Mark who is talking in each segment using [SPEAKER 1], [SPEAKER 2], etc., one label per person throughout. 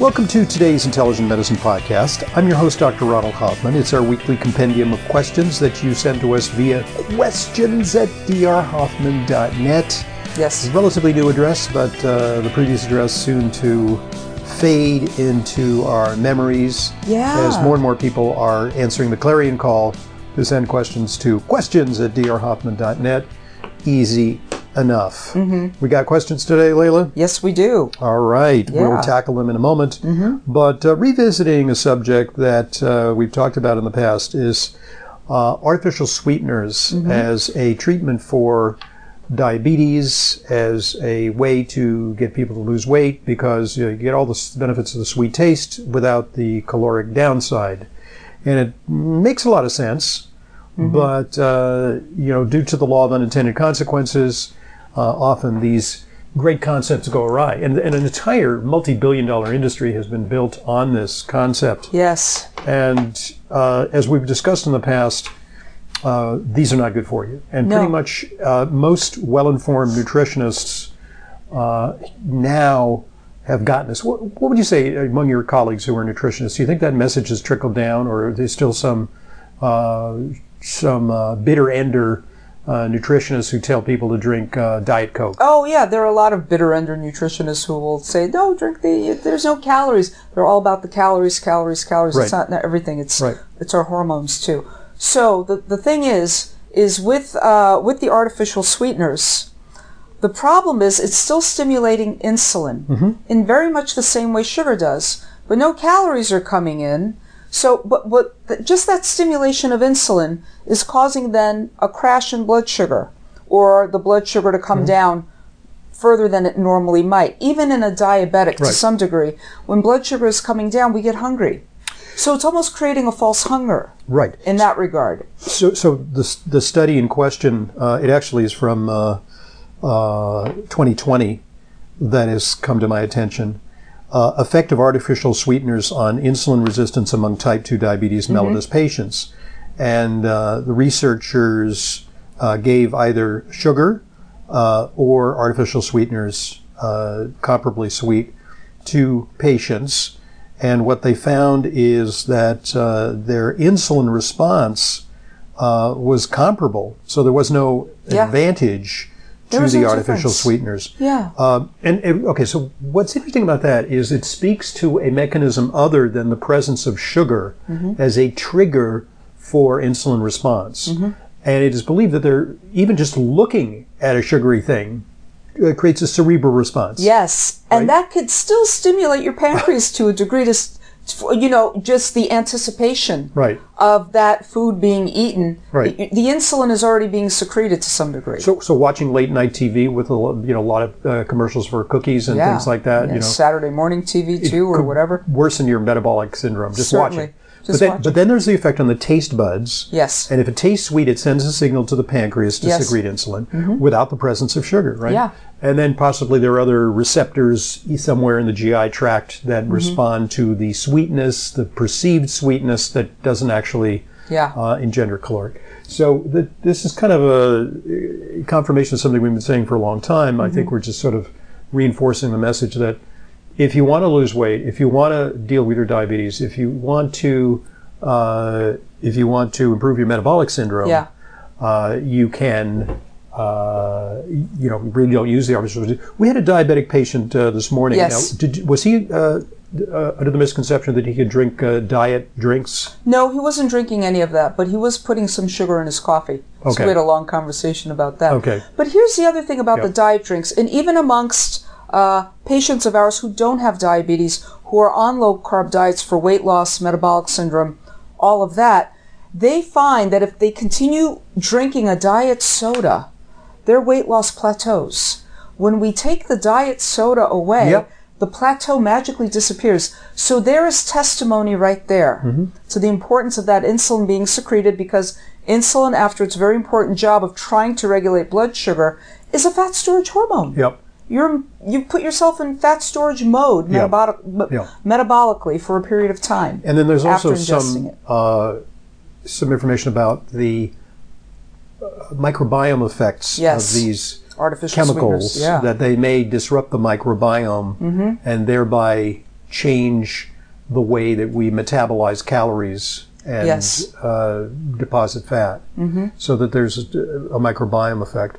[SPEAKER 1] Welcome to today's Intelligent Medicine Podcast. I'm your host, Dr. Ronald Hoffman. It's our weekly compendium of questions that you send to us via questions at drhoffman.net. It's
[SPEAKER 2] Yes.
[SPEAKER 1] a relatively new address, but uh, the previous address soon to fade into our memories
[SPEAKER 2] Yeah.
[SPEAKER 1] as more and more people are answering the clarion call to send questions to questions at drhoffman.net. Easy enough. We got questions today, Layla?
[SPEAKER 2] Yes, we do.
[SPEAKER 1] All right,
[SPEAKER 2] Yeah.
[SPEAKER 1] we'll tackle them in a moment. But uh, revisiting a subject that uh, we've talked about in the past is uh, artificial sweeteners as a treatment for diabetes, as a way to get people to lose weight because you, know, you get all the s- benefits of the sweet taste without the caloric downside. And it makes a lot of sense, Mm-hmm. but uh, you know, due to the law of unintended consequences, uh, often these great concepts go awry. And, and an entire multi billion dollar industry has been built on this concept.
[SPEAKER 2] Yes.
[SPEAKER 1] And uh, as we've discussed in the past, uh, these are not good for you. And
[SPEAKER 2] No.
[SPEAKER 1] pretty much uh, most well informed nutritionists uh, now have gotten this. What, what would you say among your colleagues who are nutritionists? Do you think that message has trickled down, or there's still some uh, some uh, bitter ender uh, nutritionists who tell people to drink uh, Diet Coke?
[SPEAKER 2] Oh, yeah, there are a lot of bitter ender nutritionists who will say, no, drink the, there's no calories. They're all about the calories, calories, calories. It's
[SPEAKER 1] Right.
[SPEAKER 2] not, not everything. It's,
[SPEAKER 1] Right.
[SPEAKER 2] it's our hormones too. So the, the thing is, is with, uh, with the artificial sweeteners, the problem is it's still stimulating insulin
[SPEAKER 1] Mm-hmm.
[SPEAKER 2] in very much the same way sugar does, but no calories are coming in. So, but, but th- just that stimulation of insulin is causing then a crash in blood sugar or the blood sugar to come
[SPEAKER 1] Mm-hmm.
[SPEAKER 2] down further than it normally might. Even in a diabetic to
[SPEAKER 1] Right.
[SPEAKER 2] some degree, when blood sugar is coming down, we get hungry. So it's almost creating a false hunger
[SPEAKER 1] Right.
[SPEAKER 2] in that regard.
[SPEAKER 1] So, so the the study in question, uh, it actually is from uh, uh, 2020 that has come to my attention. Uh, effect of artificial sweeteners on insulin resistance among type 2 diabetes mellitus patients, and uh, the researchers uh, gave either sugar uh, or artificial sweeteners, uh, comparably sweet, to patients. And what they found is that uh, their insulin response uh, was comparable. So there was no
[SPEAKER 2] Yeah.
[SPEAKER 1] advantage
[SPEAKER 2] There
[SPEAKER 1] to
[SPEAKER 2] was
[SPEAKER 1] the
[SPEAKER 2] no
[SPEAKER 1] artificial
[SPEAKER 2] difference.
[SPEAKER 1] sweeteners.
[SPEAKER 2] Yeah.
[SPEAKER 1] Um, and, and- okay, so what's interesting about that is it speaks to a mechanism other than the presence of sugar
[SPEAKER 2] Mm-hmm.
[SPEAKER 1] as a trigger for insulin response.
[SPEAKER 2] Mm-hmm.
[SPEAKER 1] And it is believed that they're even just looking at a sugary thing uh, creates a cerebral response.
[SPEAKER 2] Yes, and that could still stimulate your pancreas to a degree to, s- for, you know, just the anticipation
[SPEAKER 1] Right.
[SPEAKER 2] of that food being eaten.
[SPEAKER 1] Right.
[SPEAKER 2] The, the insulin is already being secreted to some degree.
[SPEAKER 1] So, so watching late night TV with a lo- you know a lot of uh, commercials for cookies and things like that,
[SPEAKER 2] Yeah,
[SPEAKER 1] you know,
[SPEAKER 2] Saturday morning TV too, or
[SPEAKER 1] could
[SPEAKER 2] whatever.
[SPEAKER 1] worsen your metabolic syndrome. Just
[SPEAKER 2] Certainly.
[SPEAKER 1] watching. but
[SPEAKER 2] Just
[SPEAKER 1] then,
[SPEAKER 2] watch
[SPEAKER 1] but then there's the effect on the taste buds.
[SPEAKER 2] Yes.
[SPEAKER 1] And if it tastes sweet, it sends a signal to the pancreas to
[SPEAKER 2] Yes. Mm-hmm.
[SPEAKER 1] secrete insulin without the presence of sugar, right?
[SPEAKER 2] Yeah.
[SPEAKER 1] And then possibly there are other receptors e, somewhere in the GI
[SPEAKER 2] Mm-hmm.
[SPEAKER 1] tract that respond to the sweetness, the perceived sweetness that doesn't actually
[SPEAKER 2] Yeah.
[SPEAKER 1] uh, in gender caloric. So the, this is kind of a uh, confirmation of something we've been saying for a long time. I
[SPEAKER 2] Mm-hmm.
[SPEAKER 1] think we're just sort of reinforcing the message that if you want to lose weight, if you want to deal with your diabetes, if you want to uh, if you want to improve your metabolic syndrome,
[SPEAKER 2] Yeah.
[SPEAKER 1] uh, you can uh, you know really don't use the artificial. We had a diabetic patient uh, this morning.
[SPEAKER 2] Yes.
[SPEAKER 1] Now, did, was he uh, d- uh, under the misconception that he could drink uh, diet drinks?
[SPEAKER 2] No, he wasn't drinking any of that, but he was putting some sugar in his coffee.
[SPEAKER 1] Okay.
[SPEAKER 2] So we had a long conversation about that.
[SPEAKER 1] Okay.
[SPEAKER 2] But here's the other thing about
[SPEAKER 1] Yeah.
[SPEAKER 2] the diet drinks, and even amongst uh, patients of ours who don't have diabetes, who are on low carb diets for weight loss, metabolic syndrome, all of that, they find that if they continue drinking a diet soda, their weight loss plateaus. When we take the diet soda away,
[SPEAKER 1] Yep.
[SPEAKER 2] the plateau magically disappears. So there is testimony right there
[SPEAKER 1] Mm-hmm.
[SPEAKER 2] to the importance of that insulin being secreted because insulin, after its very important job of trying to regulate blood sugar, is a fat storage hormone.
[SPEAKER 1] Yep.
[SPEAKER 2] You're, you put yourself in fat storage mode
[SPEAKER 1] Yeah.
[SPEAKER 2] metabolic, m-
[SPEAKER 1] Yeah.
[SPEAKER 2] metabolically for a period of time.
[SPEAKER 1] And then there's also
[SPEAKER 2] After
[SPEAKER 1] some
[SPEAKER 2] ingesting it.
[SPEAKER 1] uh, some information about the uh, microbiome effects
[SPEAKER 2] Yes.
[SPEAKER 1] of these
[SPEAKER 2] Artificial
[SPEAKER 1] chemicals
[SPEAKER 2] sweeteners. Yeah. Mm-hmm.
[SPEAKER 1] that they may disrupt the microbiome and thereby change the way that we metabolize calories and
[SPEAKER 2] Yes.
[SPEAKER 1] uh, deposit fat, mm-hmm. so that there's a, a microbiome effect.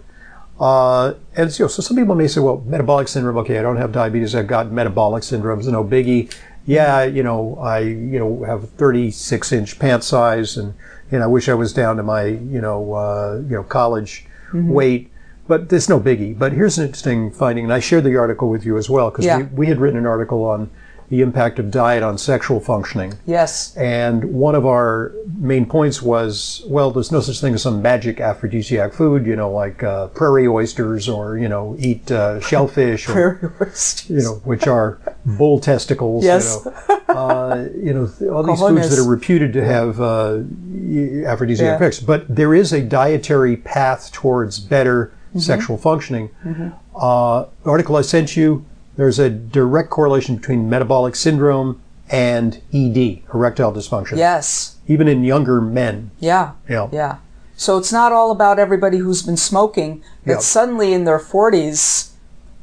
[SPEAKER 1] Uh, and so, so some people may say, well, metabolic syndrome. Okay, I don't have diabetes. I've got metabolic syndromes. No biggie. Yeah, you know, I you know have 36 inch pant size, and and I wish I was down to my you know uh, you know college weight. But there's no biggie. But here's an interesting finding, and I shared the article with you as well because
[SPEAKER 2] Yeah.
[SPEAKER 1] we, we had written an article on the impact of diet on sexual functioning.
[SPEAKER 2] Yes.
[SPEAKER 1] And one of our main points was, well, there's no such thing as some magic aphrodisiac food, you know, like uh, prairie oysters or you know, eat uh, shellfish, or,
[SPEAKER 2] Very worst.
[SPEAKER 1] you know, which are bull testicles.
[SPEAKER 2] Yes.
[SPEAKER 1] You know, uh, you know th- all these foods that
[SPEAKER 2] Cojones.
[SPEAKER 1] are reputed to have uh, y- aphrodisiac
[SPEAKER 2] Yeah.
[SPEAKER 1] effects. But there is a dietary path towards better
[SPEAKER 2] Mm-hmm.
[SPEAKER 1] sexual functioning. Uh, article I sent you. There's a direct correlation between metabolic syndrome and ED, erectile dysfunction
[SPEAKER 2] Yes.
[SPEAKER 1] even in younger men.
[SPEAKER 2] Yeah.
[SPEAKER 1] Yeah.
[SPEAKER 2] Yeah. So it's not all about everybody who's been smoking that
[SPEAKER 1] Yeah.
[SPEAKER 2] suddenly in their 40s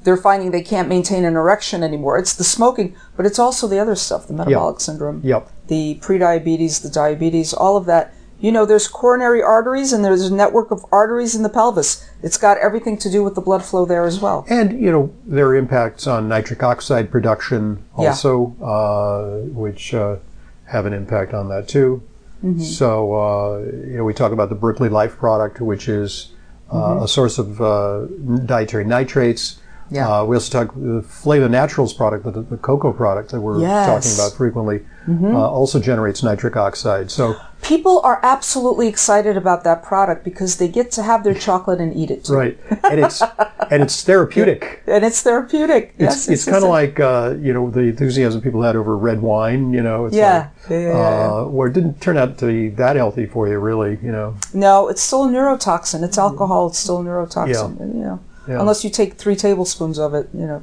[SPEAKER 2] they're finding they can't maintain an erection anymore. It's the smoking, but it's also the other stuff, the metabolic syndrome,
[SPEAKER 1] Yep.
[SPEAKER 2] the prediabetes, the diabetes, all of that. You know, there's coronary arteries and there's a network of arteries in the pelvis. It's got everything to do with the blood flow there as well.
[SPEAKER 1] And, you know, there are impacts on nitric oxide production
[SPEAKER 2] Yeah.
[SPEAKER 1] also, uh, which uh, have an impact on that too.
[SPEAKER 2] Mm-hmm.
[SPEAKER 1] So, uh, you know, we talk about the Berkeley Life product, which is uh,
[SPEAKER 2] Mm-hmm.
[SPEAKER 1] a source of uh, dietary nitrates.
[SPEAKER 2] Yeah.
[SPEAKER 1] Uh, we also talk the Flava Naturals product, the, the cocoa product that we're
[SPEAKER 2] Yes. Mm-hmm.
[SPEAKER 1] talking about frequently, uh, also generates nitric oxide. So,
[SPEAKER 2] People are absolutely excited about that product because they get to have their chocolate and eat it.
[SPEAKER 1] right, and it's and it's therapeutic.
[SPEAKER 2] And it's therapeutic.
[SPEAKER 1] It's,
[SPEAKER 2] yes,
[SPEAKER 1] it's kind of like uh, you know the enthusiasm people had over red wine. You know, it's
[SPEAKER 2] Yeah. Yeah, yeah,
[SPEAKER 1] like,
[SPEAKER 2] yeah, yeah.
[SPEAKER 1] uh, where it didn't turn out to be that healthy for you, really. You know,
[SPEAKER 2] No, it's still a neurotoxin. It's alcohol. It's still a neurotoxin. You know,
[SPEAKER 1] Mm-hmm. Yeah.
[SPEAKER 2] unless you take three tablespoons of it. You know,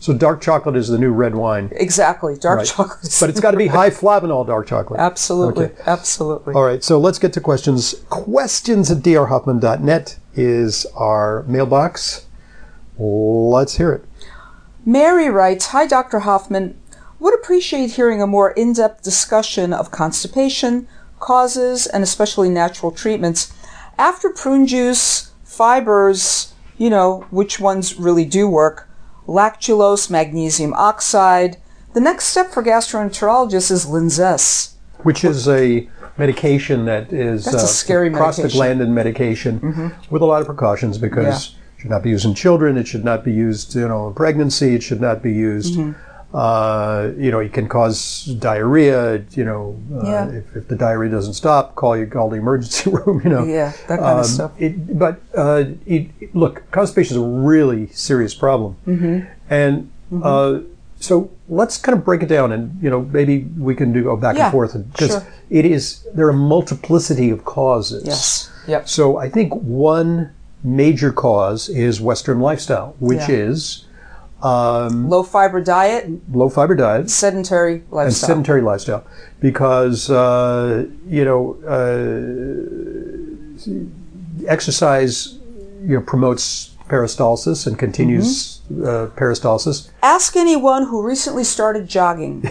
[SPEAKER 1] so dark chocolate is the new red wine,
[SPEAKER 2] exactly. Dark
[SPEAKER 1] Right.
[SPEAKER 2] chocolate. is-
[SPEAKER 1] but it's got to be high flavanol dark chocolate.
[SPEAKER 2] absolutely,
[SPEAKER 1] Okay.
[SPEAKER 2] absolutely.
[SPEAKER 1] All right, so let's get to questions. Questions at drhoffman.net is our mailbox. Let's hear it.
[SPEAKER 2] Mary writes, "Hi, Dr. Hoffman. Would appreciate hearing a more in-depth discussion of constipation causes and especially natural treatments. After prune juice, fibers, you know, which ones really do work? Lactulose, magnesium oxide. The next step for gastroenterologists is Linzess."
[SPEAKER 1] which is a medication that is uh,
[SPEAKER 2] That's a scary Mm-hmm.
[SPEAKER 1] prostaglandin medication with a lot of precautions because it should not be used in children. It should not be used, you know, in pregnancy. It should not be used.
[SPEAKER 2] Mm-hmm.
[SPEAKER 1] Uh, you know, it can cause diarrhea. You know, uh,
[SPEAKER 2] Yeah.
[SPEAKER 1] if, if the diarrhea doesn't stop, call you call the emergency room. You know,
[SPEAKER 2] Yeah, that
[SPEAKER 1] Um,
[SPEAKER 2] kind of stuff.
[SPEAKER 1] It, but uh, it, it- look, constipation is a really serious problem,
[SPEAKER 2] Mm-hmm.
[SPEAKER 1] and uh, so let's kind of break it down, and you know maybe we can do go back
[SPEAKER 2] Yeah,
[SPEAKER 1] and forth because
[SPEAKER 2] sure.
[SPEAKER 1] it is there are a multiplicity of causes.
[SPEAKER 2] Yes. Yep.
[SPEAKER 1] So I think one major cause is Western lifestyle, which
[SPEAKER 2] Yeah.
[SPEAKER 1] is um,
[SPEAKER 2] Mm-hmm. Low fiber diet,
[SPEAKER 1] low fiber diet,
[SPEAKER 2] sedentary
[SPEAKER 1] and
[SPEAKER 2] lifestyle.
[SPEAKER 1] sedentary lifestyle because uh, you know uh, exercise you know promotes peristalsis and continues
[SPEAKER 2] Mm-hmm.
[SPEAKER 1] uh, peristalsis.
[SPEAKER 2] Ask anyone who recently started jogging.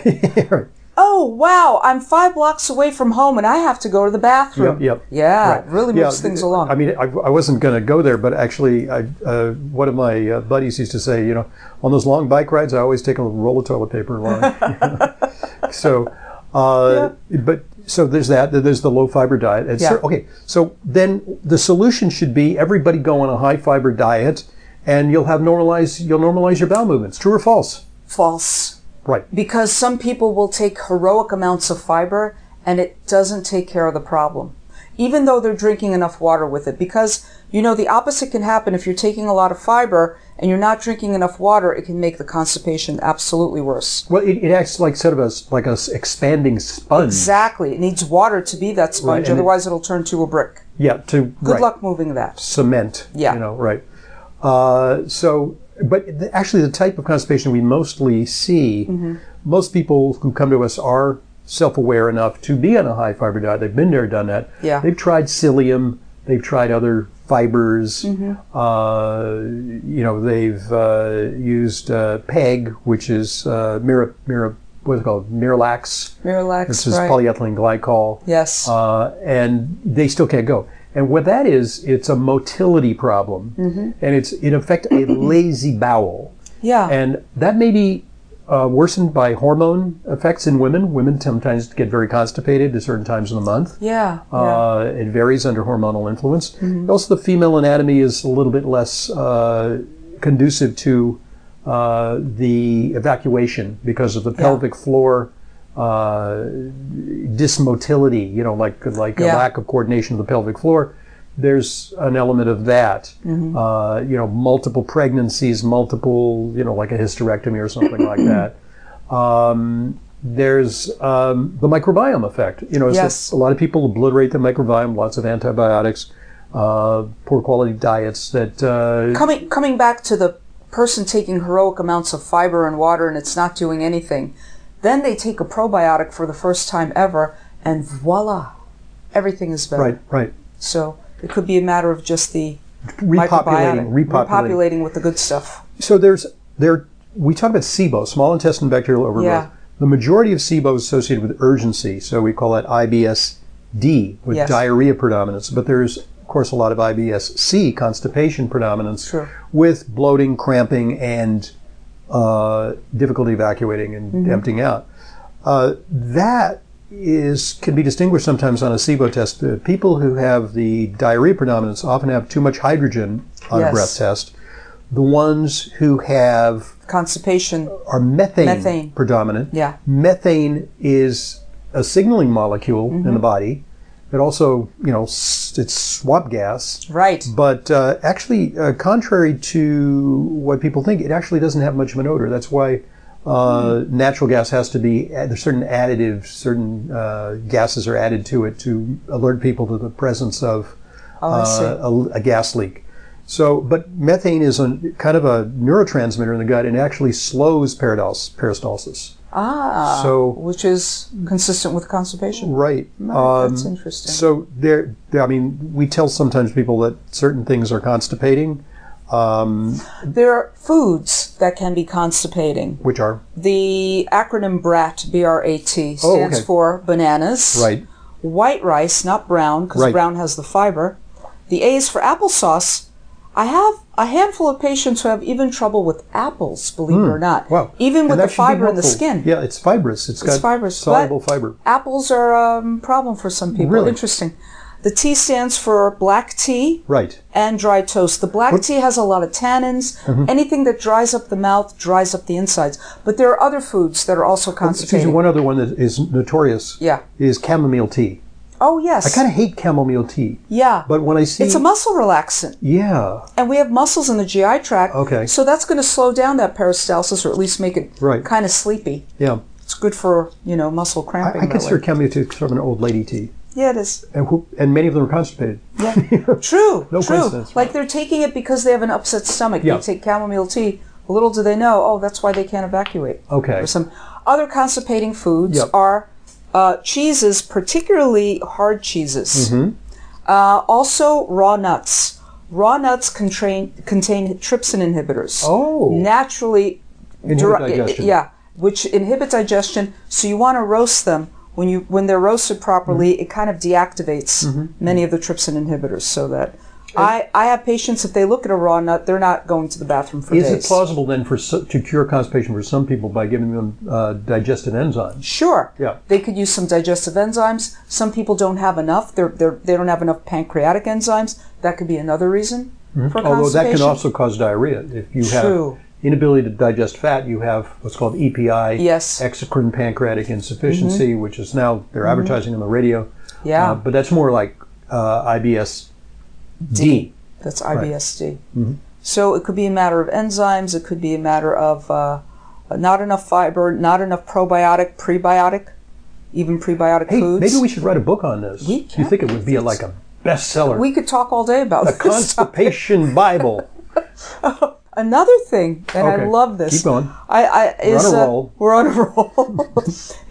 [SPEAKER 1] Right.
[SPEAKER 2] oh, wow, I'm five blocks away from home and I have to go to the bathroom.
[SPEAKER 1] Yep, yep.
[SPEAKER 2] Yeah,
[SPEAKER 1] Right.
[SPEAKER 2] it really
[SPEAKER 1] Yeah,
[SPEAKER 2] moves things along.
[SPEAKER 1] I mean, I, I wasn't going to go there, but actually, I, uh, one of my uh, buddies used to say, you know, on those long bike rides, I always take a roll of toilet paper along. so, uh, but so there's that. Then There's the low fiber diet. And so-
[SPEAKER 2] Yeah.
[SPEAKER 1] okay, so then the solution should be everybody go on a high fiber diet, and you'll have normalize you'll normalize your bowel movements. True or false?
[SPEAKER 2] False.
[SPEAKER 1] Right.
[SPEAKER 2] Because some people will take heroic amounts of fiber and it doesn't take care of the problem, even though they're drinking enough water with it. Because, you know, the opposite can happen if you're taking a lot of fiber and you're not drinking enough water, it can make the constipation absolutely worse.
[SPEAKER 1] Well, it, it acts like sort of a s- like a s- expanding sponge.
[SPEAKER 2] Exactly. It needs water to be that
[SPEAKER 1] Right,
[SPEAKER 2] sponge,
[SPEAKER 1] and it-
[SPEAKER 2] otherwise, it, will turn to a brick.
[SPEAKER 1] Yeah. To
[SPEAKER 2] Good
[SPEAKER 1] right.
[SPEAKER 2] luck moving that.
[SPEAKER 1] cement.
[SPEAKER 2] Yeah.
[SPEAKER 1] You know, right. Uh, so, but the, actually, the type of constipation we mostly see,
[SPEAKER 2] Mm-hmm.
[SPEAKER 1] most people who come to us are self-aware enough to be on a high fiber diet. They've been there, done that.
[SPEAKER 2] Yeah.
[SPEAKER 1] They've tried psyllium. They've tried other fibers.
[SPEAKER 2] Mm-hmm.
[SPEAKER 1] Uh, you know, they've uh, used uh, PEG, which is uh, mira, mira, what's it called? Miralax.
[SPEAKER 2] Miralax,
[SPEAKER 1] This is
[SPEAKER 2] right.
[SPEAKER 1] polyethylene glycol
[SPEAKER 2] yes.
[SPEAKER 1] uh, and they still can't go. And what that is, it's a motility problem, and it's in effect a lazy bowel,
[SPEAKER 2] yeah.
[SPEAKER 1] and that may be uh, worsened by hormone effects in women. Women sometimes get very constipated at certain times of the month.
[SPEAKER 2] yeah. yeah. Mm-hmm.
[SPEAKER 1] Uh, it varies under hormonal influence. Also, the female anatomy is a little bit less uh, conducive to uh, the evacuation because of the pelvic floor uh, dysmotility. You know, like like a
[SPEAKER 2] Yeah.
[SPEAKER 1] lack of coordination of the pelvic floor. There's an element of that.
[SPEAKER 2] Mm-hmm.
[SPEAKER 1] Uh, you know, multiple pregnancies, multiple you know, like a hysterectomy or something like that. Um, there's um, the microbiome effect. You know, it's
[SPEAKER 2] Yes.
[SPEAKER 1] a- a lot of people obliterate the microbiome, lots of antibiotics, uh, poor quality diets that uh,
[SPEAKER 2] coming coming back to the person taking heroic amounts of fiber and water and it's not doing anything then they take a probiotic for the first time ever and voila everything is better
[SPEAKER 1] right, right,
[SPEAKER 2] so it could be a matter of just the
[SPEAKER 1] repopulating,
[SPEAKER 2] microbiotic
[SPEAKER 1] repopulating.
[SPEAKER 2] repopulating with the good stuff
[SPEAKER 1] So there's there we talk about SIBO, small intestinal bacterial overgrowth.
[SPEAKER 2] Yeah.
[SPEAKER 1] The majority of SIBO is associated with urgency, so we call that IBS-D with
[SPEAKER 2] Yes.
[SPEAKER 1] diarrhea predominance. But there's of course a lot of IBS-C, constipation predominance,
[SPEAKER 2] Sure.
[SPEAKER 1] with bloating, cramping, and uh, difficulty evacuating and
[SPEAKER 2] Mm-hmm.
[SPEAKER 1] emptying out. Uh, that is can be distinguished sometimes on a SIBO test. The people who have the diarrhea predominance often have too much hydrogen on a
[SPEAKER 2] Yes.
[SPEAKER 1] breath test. The ones who have
[SPEAKER 2] constipation
[SPEAKER 1] are methane,
[SPEAKER 2] Methane.
[SPEAKER 1] predominant.
[SPEAKER 2] Yeah.
[SPEAKER 1] Methane is a signaling molecule in
[SPEAKER 2] Mm-hmm.
[SPEAKER 1] the body. It also, you know, s- it's swamp gas.
[SPEAKER 2] right
[SPEAKER 1] But uh, actually, uh, contrary to what people think, it actually doesn't have much of an odor. That's why uh, natural gas has to be, there's certain additives, certain uh, gases are added to it to alert people to the presence of
[SPEAKER 2] oh i see
[SPEAKER 1] uh, a, a gas leak. So, but methane is a kind of a neurotransmitter in the gut and actually slows peridals, peristalsis.
[SPEAKER 2] ah
[SPEAKER 1] so-
[SPEAKER 2] which is consistent with constipation
[SPEAKER 1] Right. Uh,
[SPEAKER 2] Right, that's interesting
[SPEAKER 1] So there, there- I mean, we tell sometimes people that certain things are constipating, um,
[SPEAKER 2] there are foods that can be constipating
[SPEAKER 1] which are
[SPEAKER 2] the acronym brat brat stands
[SPEAKER 1] Oh, okay.
[SPEAKER 2] for bananas
[SPEAKER 1] right.
[SPEAKER 2] white rice, not brown, because
[SPEAKER 1] Right.
[SPEAKER 2] brown has the fiber. The A is for applesauce. I have a handful of patients who have even trouble with apples, believe it or not.
[SPEAKER 1] Hmm. Wow.
[SPEAKER 2] Even
[SPEAKER 1] And
[SPEAKER 2] with
[SPEAKER 1] that
[SPEAKER 2] the
[SPEAKER 1] should be
[SPEAKER 2] fiber in the
[SPEAKER 1] helpful.
[SPEAKER 2] skin.
[SPEAKER 1] Yeah, it's fibrous. it's got
[SPEAKER 2] fibrous,
[SPEAKER 1] soluble
[SPEAKER 2] but-
[SPEAKER 1] fiber.
[SPEAKER 2] Apples are a um, problem for some people.
[SPEAKER 1] Really?
[SPEAKER 2] Interesting. The T stands for black tea
[SPEAKER 1] Right.
[SPEAKER 2] and dry toast. The black tea has a lot of tannins.
[SPEAKER 1] Mm-hmm.
[SPEAKER 2] Anything that dries up the mouth dries up the insides. But there are other foods that are also
[SPEAKER 1] Excuse me,
[SPEAKER 2] constipating.
[SPEAKER 1] one other one that is notorious
[SPEAKER 2] yeah.
[SPEAKER 1] is chamomile tea.
[SPEAKER 2] Oh, yes.
[SPEAKER 1] I kind of hate chamomile tea,
[SPEAKER 2] yeah.
[SPEAKER 1] but when I see
[SPEAKER 2] it's a muscle relaxant.
[SPEAKER 1] yeah,
[SPEAKER 2] and we have muscles in the GI tract.
[SPEAKER 1] Okay.
[SPEAKER 2] So that's going to slow down that peristalsis, or at least make it
[SPEAKER 1] Right.
[SPEAKER 2] kind of sleepy.
[SPEAKER 1] yeah,
[SPEAKER 2] It's good for you know muscle
[SPEAKER 1] I,
[SPEAKER 2] cramping.
[SPEAKER 1] I
[SPEAKER 2] that
[SPEAKER 1] consider
[SPEAKER 2] way.
[SPEAKER 1] chamomile tea sort of an old lady tea.
[SPEAKER 2] yeah, it is.
[SPEAKER 1] and, who, and many of them are constipated.
[SPEAKER 2] Yeah, true,
[SPEAKER 1] No
[SPEAKER 2] true.
[SPEAKER 1] coincidence,
[SPEAKER 2] Like they're taking it because they have an upset stomach.
[SPEAKER 1] Yeah.
[SPEAKER 2] They take chamomile tea Little do they know, oh, that's why they can't evacuate.
[SPEAKER 1] Okay.
[SPEAKER 2] Or some other constipating foods
[SPEAKER 1] Yep.
[SPEAKER 2] are uh, cheeses, particularly hard cheeses.
[SPEAKER 1] Mm-hmm.
[SPEAKER 2] Uh, also, raw nuts. Raw nuts contain contain trypsin inhibitors.
[SPEAKER 1] Oh.
[SPEAKER 2] naturally,
[SPEAKER 1] Inhibit
[SPEAKER 2] deri-
[SPEAKER 1] digestion.
[SPEAKER 2] yeah, which inhibit digestion. So you want to roast them. When you when they're roasted properly,
[SPEAKER 1] Mm-hmm.
[SPEAKER 2] it kind of deactivates many of the trypsin inhibitors. So that I, I have patients if they look at a raw nut, they're not going to the bathroom for
[SPEAKER 1] Is it
[SPEAKER 2] days.
[SPEAKER 1] plausible then for so- to cure constipation for some people by giving them uh, digestive enzymes?
[SPEAKER 2] Sure.
[SPEAKER 1] Yeah.
[SPEAKER 2] They could use some digestive enzymes. Some people don't have enough. They're, they're, they don't have enough pancreatic enzymes. That could be another reason for
[SPEAKER 1] Mm-hmm. Although that
[SPEAKER 2] constipation.
[SPEAKER 1] can also cause diarrhea if you
[SPEAKER 2] True.
[SPEAKER 1] have inability to digest fat. You have what's called EPI,
[SPEAKER 2] Yes. Mm-hmm.
[SPEAKER 1] exocrine pancreatic insufficiency, which is now they're advertising on the radio.
[SPEAKER 2] yeah,
[SPEAKER 1] Uh, but that's more like uh, IBS D.
[SPEAKER 2] that's IBSD.
[SPEAKER 1] Mm-hmm.
[SPEAKER 2] So it could be a matter of enzymes. It could be a matter of uh, not enough fiber, not enough probiotic, prebiotic, even prebiotic
[SPEAKER 1] Hey,
[SPEAKER 2] foods.
[SPEAKER 1] maybe we should write a book on this.
[SPEAKER 2] We
[SPEAKER 1] you think it would be like a bestseller?
[SPEAKER 2] We could talk all day about
[SPEAKER 1] a
[SPEAKER 2] this.
[SPEAKER 1] constipation Bible.
[SPEAKER 2] Another thing, and
[SPEAKER 1] Okay.
[SPEAKER 2] I love this.
[SPEAKER 1] Keep going.
[SPEAKER 2] I, I
[SPEAKER 1] on
[SPEAKER 2] is
[SPEAKER 1] a
[SPEAKER 2] uh,
[SPEAKER 1] roll.
[SPEAKER 2] we're on a roll.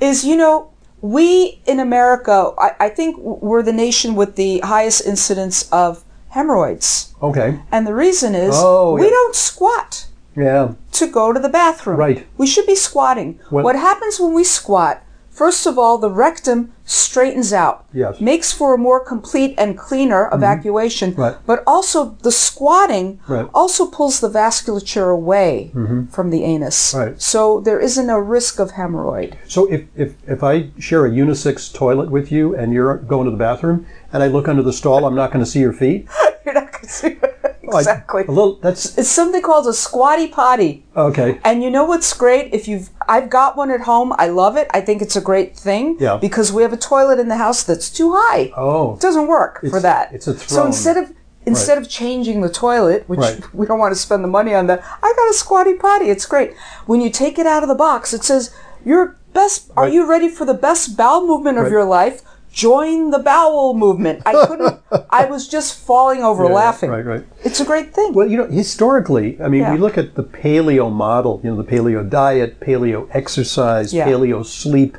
[SPEAKER 2] is you know we in America, I, I think we're the nation with the highest incidence of hemorrhoids,
[SPEAKER 1] Okay.
[SPEAKER 2] and the reason is
[SPEAKER 1] Oh,
[SPEAKER 2] we
[SPEAKER 1] yeah.
[SPEAKER 2] don't squat
[SPEAKER 1] Yeah.
[SPEAKER 2] to go to the bathroom.
[SPEAKER 1] Right.
[SPEAKER 2] We should be squatting.
[SPEAKER 1] Well-
[SPEAKER 2] what happens when we squat? First of all, the rectum straightens out.
[SPEAKER 1] Yes. Mm-hmm.
[SPEAKER 2] Makes for a more complete and cleaner evacuation.
[SPEAKER 1] Right.
[SPEAKER 2] But also the squatting
[SPEAKER 1] Right. Mm-hmm.
[SPEAKER 2] also pulls the vasculature away from the anus.
[SPEAKER 1] Right.
[SPEAKER 2] So there isn't a risk of hemorrhoid.
[SPEAKER 1] So if, if, if I share a unisex toilet with you and you're going to the bathroom and I look under the stall, I'm not going to see your feet.
[SPEAKER 2] You're not gonna see
[SPEAKER 1] I-
[SPEAKER 2] exactly.
[SPEAKER 1] a little. That's
[SPEAKER 2] it's something called a squatty potty.
[SPEAKER 1] okay.
[SPEAKER 2] And you know what's great? If you've, I've got one at home. I love it. I think it's a great thing.
[SPEAKER 1] Yeah.
[SPEAKER 2] Because we have a toilet in the house that's too high.
[SPEAKER 1] Oh.
[SPEAKER 2] It doesn't work for
[SPEAKER 1] It's-
[SPEAKER 2] that.
[SPEAKER 1] it's a
[SPEAKER 2] So
[SPEAKER 1] throne.
[SPEAKER 2] instead of instead of changing the toilet, which
[SPEAKER 1] Right.
[SPEAKER 2] we don't want to spend the money on that, I got a squatty potty. It's great. When you take it out of the box, it says your best. Are
[SPEAKER 1] Right.
[SPEAKER 2] you ready for the best bowel movement of
[SPEAKER 1] Right.
[SPEAKER 2] your life? Join the bowel movement. I couldn't. I was just falling over
[SPEAKER 1] Yeah,
[SPEAKER 2] laughing.
[SPEAKER 1] Right, right.
[SPEAKER 2] It's a great thing.
[SPEAKER 1] Well, you know, historically, I mean,
[SPEAKER 2] Yeah.
[SPEAKER 1] we look at the paleo model, you know, the paleo diet, paleo exercise,
[SPEAKER 2] Yeah.
[SPEAKER 1] paleo sleep,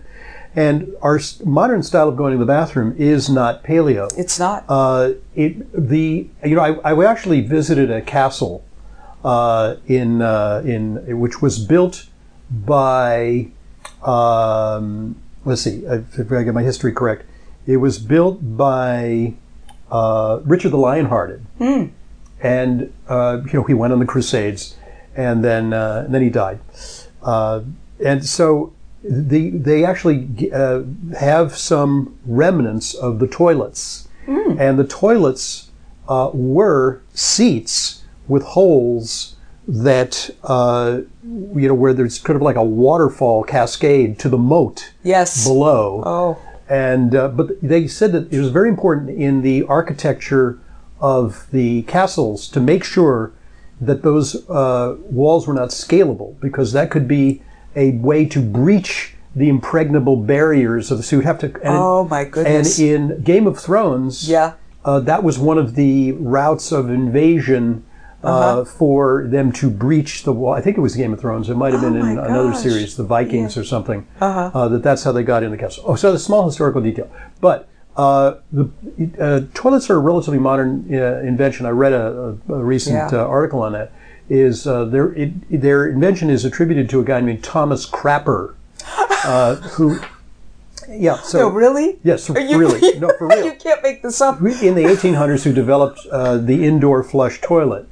[SPEAKER 1] and our s- modern style of going to the bathroom is not paleo.
[SPEAKER 2] it's not.
[SPEAKER 1] Uh, it the you know I, I actually visited a castle uh, in uh, in which was built by um, let's see if if I get my history correct. It was built by uh, Richard the Lionhearted, and uh, you know he went on the Crusades, and then uh, and then he died, uh, and so. The, they actually uh, have some remnants of the toilets and the toilets uh, were seats with holes that uh, you know where there's kind of like a waterfall cascade to the moat
[SPEAKER 2] yes.
[SPEAKER 1] below.
[SPEAKER 2] Oh.
[SPEAKER 1] And uh, but they said that it was very important in the architecture of the castles to make sure that those uh, walls were not scalable because that could be a way to breach the impregnable barriers of the so you'd have to and,
[SPEAKER 2] Oh, my goodness.
[SPEAKER 1] and in Game of Thrones
[SPEAKER 2] Yeah.
[SPEAKER 1] uh, that was one of the routes of invasion uh,
[SPEAKER 2] Uh-huh.
[SPEAKER 1] for them to breach the wall. I think it was Game of Thrones. It might have been
[SPEAKER 2] Oh, my
[SPEAKER 1] in another
[SPEAKER 2] gosh.
[SPEAKER 1] series, the Vikings or something. Uh-huh. that that's how they got in the castle. Oh, so the small historical detail, but. Uh, the uh, toilets are a relatively modern uh, invention. I read a, a, a recent
[SPEAKER 2] Yeah.
[SPEAKER 1] uh, article on that. Is uh, their it, their invention is attributed to a guy named Thomas Crapper, uh, who, yeah, so
[SPEAKER 2] No, Oh, really?
[SPEAKER 1] yes,
[SPEAKER 2] Are you-
[SPEAKER 1] really, no, for real
[SPEAKER 2] you can't make this up.
[SPEAKER 1] in the 1800s who developed uh, the indoor flush toilet.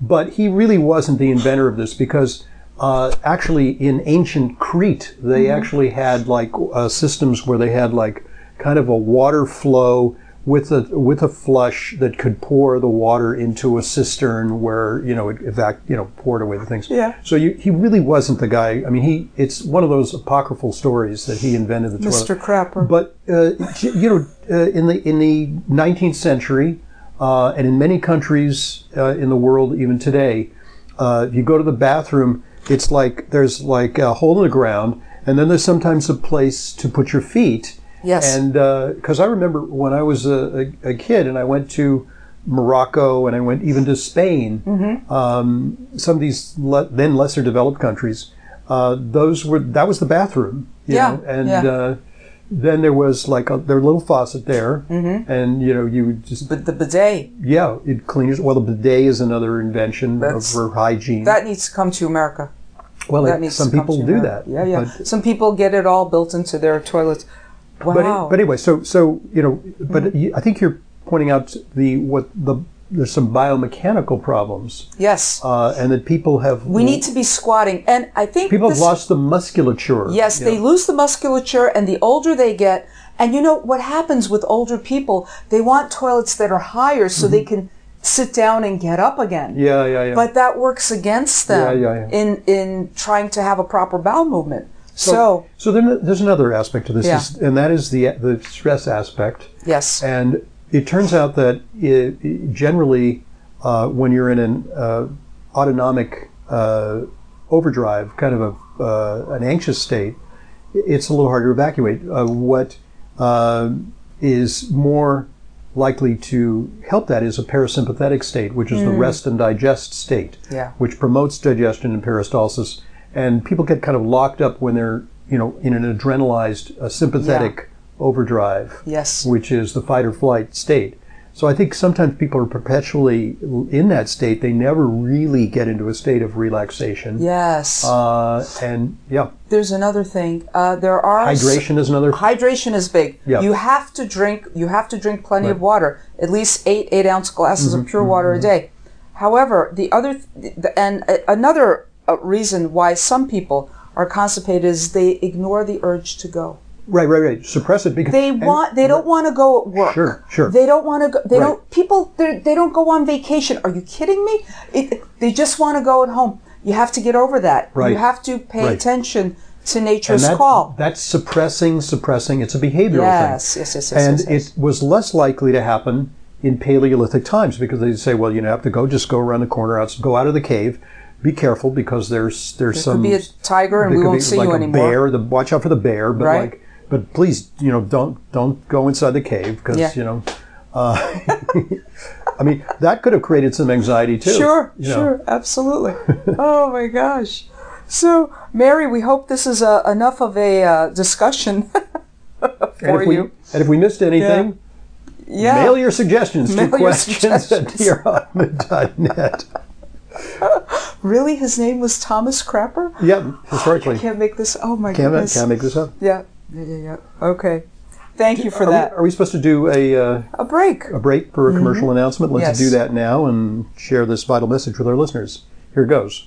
[SPEAKER 1] But he really wasn't the inventor of this because uh, actually in ancient Crete, they actually had like uh, systems where they had like kind of a water flow with a with a flush that could pour the water into a cistern where you know it evac you know poured away the things.
[SPEAKER 2] Yeah.
[SPEAKER 1] So you, he really wasn't the guy. I mean, he it's one of those apocryphal stories that he invented the toilet.
[SPEAKER 2] Mr. Crapper.
[SPEAKER 1] But uh, you know, uh, in the in the 19th century, uh, and in many countries uh, in the world even today, uh, you go to the bathroom. It's like there's like a hole in the ground, and then there's sometimes a place to put your feet. uh,
[SPEAKER 2] Yes.
[SPEAKER 1] And because I remember when I was a, a, a kid, and I went to Morocco, and I went even to Spain, um, some of these le- then lesser developed countries. Uh, those were that was the bathroom, you
[SPEAKER 2] Yeah,
[SPEAKER 1] know, and
[SPEAKER 2] yeah.
[SPEAKER 1] uh, then there was like a, their little faucet there,
[SPEAKER 2] Mm-hmm.
[SPEAKER 1] and you know you would just
[SPEAKER 2] But the bidet
[SPEAKER 1] yeah it cleans. Well, the bidet is another invention of
[SPEAKER 2] That's-
[SPEAKER 1] for hygiene.
[SPEAKER 2] that needs to come to America.
[SPEAKER 1] well,
[SPEAKER 2] That
[SPEAKER 1] it-
[SPEAKER 2] needs
[SPEAKER 1] some
[SPEAKER 2] to come
[SPEAKER 1] people
[SPEAKER 2] to
[SPEAKER 1] do
[SPEAKER 2] America.
[SPEAKER 1] that.
[SPEAKER 2] Yeah, yeah.
[SPEAKER 1] but-
[SPEAKER 2] some people get it all built into their toilets. Wow. Mm-hmm.
[SPEAKER 1] But, but anyway, so so you know, but you, I think you're pointing out the what the there's some biomechanical problems,
[SPEAKER 2] yes,
[SPEAKER 1] uh, and that people have
[SPEAKER 2] we need to be squatting, and I think
[SPEAKER 1] people have
[SPEAKER 2] this-
[SPEAKER 1] lost the musculature.
[SPEAKER 2] Yes,
[SPEAKER 1] you
[SPEAKER 2] they
[SPEAKER 1] know.
[SPEAKER 2] lose the musculature, and the older they get, and you know what happens with older people? They want toilets that are higher so they can sit down and get up again.
[SPEAKER 1] Mm-hmm. Yeah, yeah, yeah.
[SPEAKER 2] But that works against them
[SPEAKER 1] Yeah, yeah, yeah.
[SPEAKER 2] in in trying to have a proper bowel movement. So,
[SPEAKER 1] so then there's another aspect to this,
[SPEAKER 2] Yeah.
[SPEAKER 1] is, and that is the the stress aspect.
[SPEAKER 2] yes,
[SPEAKER 1] And it turns out that it, it- generally, uh, when you're in an uh, autonomic uh, overdrive, kind of a, uh, an anxious state, i- it's a little harder to evacuate. Uh, what uh, is more likely to help that is a parasympathetic state, which is the rest and digest state,
[SPEAKER 2] Mm. Yeah.
[SPEAKER 1] which promotes digestion and peristalsis. And people get kind of locked up when they're, you know, in an adrenalized uh, sympathetic overdrive
[SPEAKER 2] yes,
[SPEAKER 1] which is the fight or flight state. So I think sometimes people are perpetually in that state. They never really get into a state of relaxation.
[SPEAKER 2] yes.
[SPEAKER 1] Uh, and yeah,
[SPEAKER 2] There's another thing. Uh, there are s-
[SPEAKER 1] hydration is another.
[SPEAKER 2] hydration is big.
[SPEAKER 1] Yeah.
[SPEAKER 2] You have to drink. You have to drink plenty of water, at least eight eight ounce glasses
[SPEAKER 1] Mm-hmm.
[SPEAKER 2] of pure water a day. However, the other th- the, and uh, another uh, reason why some people are constipated is they ignore the urge to go.
[SPEAKER 1] Right, right, right. Suppress it because
[SPEAKER 2] They
[SPEAKER 1] and-
[SPEAKER 2] want. They don't want to go at work.
[SPEAKER 1] Sure, sure.
[SPEAKER 2] They don't want to go. They
[SPEAKER 1] Right.
[SPEAKER 2] don't. People. they're- They don't go on vacation. Are you kidding me? It, they just want to go at home. You have to get over that.
[SPEAKER 1] Right,
[SPEAKER 2] You have to pay
[SPEAKER 1] right.
[SPEAKER 2] attention to
[SPEAKER 1] and
[SPEAKER 2] nature's
[SPEAKER 1] that-
[SPEAKER 2] call.
[SPEAKER 1] That's suppressing, suppressing. It's a behavioral
[SPEAKER 2] Yes,
[SPEAKER 1] thing.
[SPEAKER 2] yes, yes, yes,
[SPEAKER 1] And
[SPEAKER 2] yes,
[SPEAKER 1] it
[SPEAKER 2] yes.
[SPEAKER 1] was less likely to happen in Paleolithic times because they'd say, well, you know, have to go, just go around the corner, out, go out of the cave, be careful because there's there's
[SPEAKER 2] There
[SPEAKER 1] some
[SPEAKER 2] could be a tiger and
[SPEAKER 1] There
[SPEAKER 2] we
[SPEAKER 1] could
[SPEAKER 2] won't
[SPEAKER 1] be,
[SPEAKER 2] see
[SPEAKER 1] like
[SPEAKER 2] you
[SPEAKER 1] a
[SPEAKER 2] anymore.
[SPEAKER 1] Bear, the, watch out for the bear, but
[SPEAKER 2] Right.
[SPEAKER 1] like, but please, you know, don't don't go inside the cave because
[SPEAKER 2] Yeah.
[SPEAKER 1] you know, uh, I mean, that could have created some anxiety too.
[SPEAKER 2] Sure,
[SPEAKER 1] you know.
[SPEAKER 2] sure, absolutely. oh my gosh. So, Mary, we hope this is uh, enough of a uh, discussion
[SPEAKER 1] And
[SPEAKER 2] for
[SPEAKER 1] if we
[SPEAKER 2] you.
[SPEAKER 1] and if we missed anything,
[SPEAKER 2] Yeah.
[SPEAKER 1] mail your suggestions
[SPEAKER 2] Oh.
[SPEAKER 1] to
[SPEAKER 2] Mail your
[SPEAKER 1] questions
[SPEAKER 2] suggestions.
[SPEAKER 1] at dearonthenet.
[SPEAKER 2] really? His name was Thomas Crapper?
[SPEAKER 1] yeah, historically,
[SPEAKER 2] Can't make this. Oh my
[SPEAKER 1] can I,
[SPEAKER 2] goodness.
[SPEAKER 1] can I make this up?
[SPEAKER 2] yeah. yeah, yeah, yeah. Okay. Thank you for
[SPEAKER 1] are,
[SPEAKER 2] that.
[SPEAKER 1] We, are we supposed to do a uh,
[SPEAKER 2] a break.
[SPEAKER 1] a break for a commercial announcement? Let's do
[SPEAKER 2] Yes.
[SPEAKER 1] that now and share this vital message with our listeners. Here goes.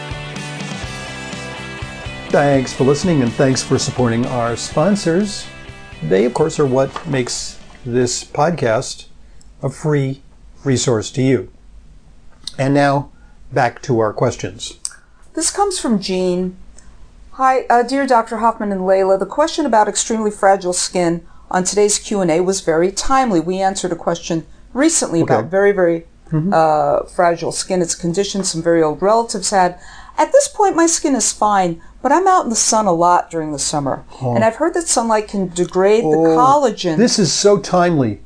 [SPEAKER 1] Thanks for listening and thanks for supporting our sponsors. They, of course, are what makes this podcast a free resource to you. And now, back to our questions.
[SPEAKER 2] This comes from Jean. Hi, uh, dear Dr. Hoffman and Layla. The question about extremely fragile skin on today's Q and A was very timely. We answered a question recently about very, very uh, fragile skin. It's a condition some very old relatives had. At this point, my skin is fine, but I'm out in the sun a lot during the summer, and I've heard that sunlight can degrade the collagen.
[SPEAKER 1] This is so timely.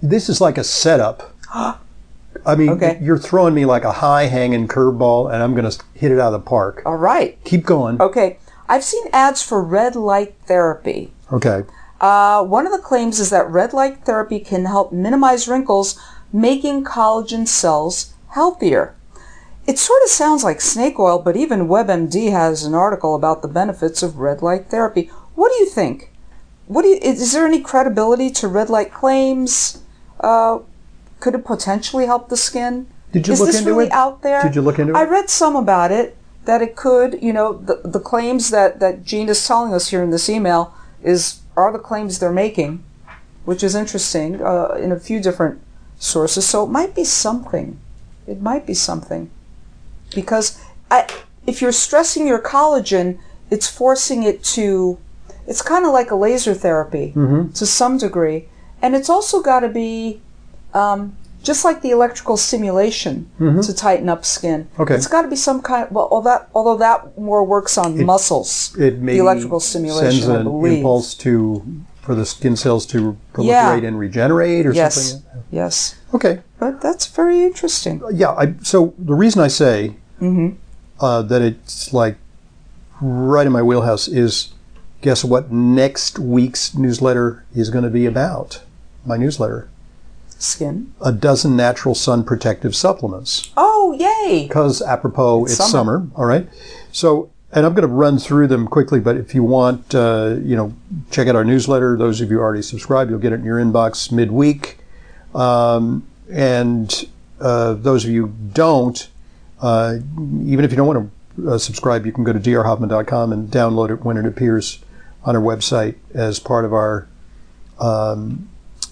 [SPEAKER 1] This is like a setup. I mean,
[SPEAKER 2] Okay.
[SPEAKER 1] you're throwing me like a high hanging curveball, and I'm going to hit it out of the park.
[SPEAKER 2] All right.
[SPEAKER 1] Keep going.
[SPEAKER 2] Okay. I've seen ads for red light therapy.
[SPEAKER 1] Okay.
[SPEAKER 2] Uh, one of the claims is that red light therapy can help minimize wrinkles, making collagen cells healthier. It sort of sounds like snake oil, but even WebMD has an article about the benefits of red light therapy. What do you think? What do you, is, is there any credibility to red light claims? Uh, could it potentially help the skin?
[SPEAKER 1] Did you
[SPEAKER 2] is
[SPEAKER 1] look
[SPEAKER 2] this
[SPEAKER 1] into
[SPEAKER 2] really
[SPEAKER 1] it?
[SPEAKER 2] out there?
[SPEAKER 1] Did you look into
[SPEAKER 2] I
[SPEAKER 1] it?
[SPEAKER 2] read some about it that it could, you know, the, the claims that that Gene is telling us here in this email is are the claims they're making, which is interesting uh, in a few different sources. So it might be something. It might be something because I, if you're stressing your collagen, it's forcing it to. It's kind of like a laser therapy
[SPEAKER 1] Mm-hmm.
[SPEAKER 2] to some degree, and it's also got to be um, just like the electrical stimulation to tighten up skin.
[SPEAKER 1] Mm-hmm. Okay.
[SPEAKER 2] it's got to be some kind. Well, all that, although that more works on muscles.
[SPEAKER 1] It maybe
[SPEAKER 2] electrical stimulation,
[SPEAKER 1] sends
[SPEAKER 2] I
[SPEAKER 1] an
[SPEAKER 2] believe.
[SPEAKER 1] impulse to for the skin cells to proliferate
[SPEAKER 2] Yeah.
[SPEAKER 1] and regenerate or
[SPEAKER 2] yes,
[SPEAKER 1] something.
[SPEAKER 2] yes,
[SPEAKER 1] Okay.
[SPEAKER 2] but that's very interesting.
[SPEAKER 1] Yeah. I, so the reason I say
[SPEAKER 2] Mhm.
[SPEAKER 1] uh, that it's like right in my wheelhouse is guess what next week's newsletter is going to be about? My newsletter.
[SPEAKER 2] Skin.
[SPEAKER 1] A dozen natural sun protective supplements.
[SPEAKER 2] Oh, yay!
[SPEAKER 1] because apropos it's,
[SPEAKER 2] It's
[SPEAKER 1] summer.
[SPEAKER 2] summer.
[SPEAKER 1] All right. So, and I'm going to run through them quickly, but if you want, uh, you know, check out our newsletter. Those of you already subscribed, you'll get it in your inbox midweek. Um, and uh, those of you who don't, uh, even if you don't want to uh, subscribe, you can go to drhoffman.com and download it when it appears on our website as part of our um,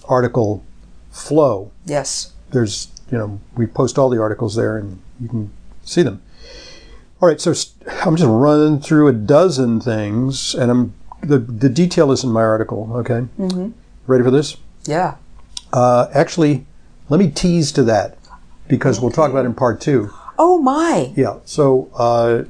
[SPEAKER 1] article flow
[SPEAKER 2] Yes,
[SPEAKER 1] there's you know we post all the articles there and you can see them all right so st- i'm just running through a dozen things and i'm the, the detail is in my article okay mm-hmm. ready for this
[SPEAKER 2] yeah.
[SPEAKER 1] uh, actually let me tease to that because we'll talk about it in part two
[SPEAKER 2] Oh my!
[SPEAKER 1] yeah. So uh,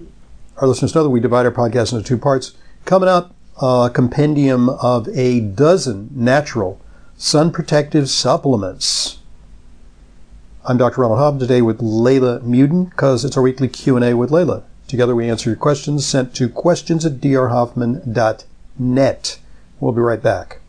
[SPEAKER 1] our listeners know that we divide our podcast into two parts. Coming up, a compendium of a dozen natural sun protective supplements. I'm Dr. Ronald Hobb today with Layla Muden because it's our weekly Q&A with Layla. Together we answer your questions sent to questions at drhoffman.net. We'll be right back.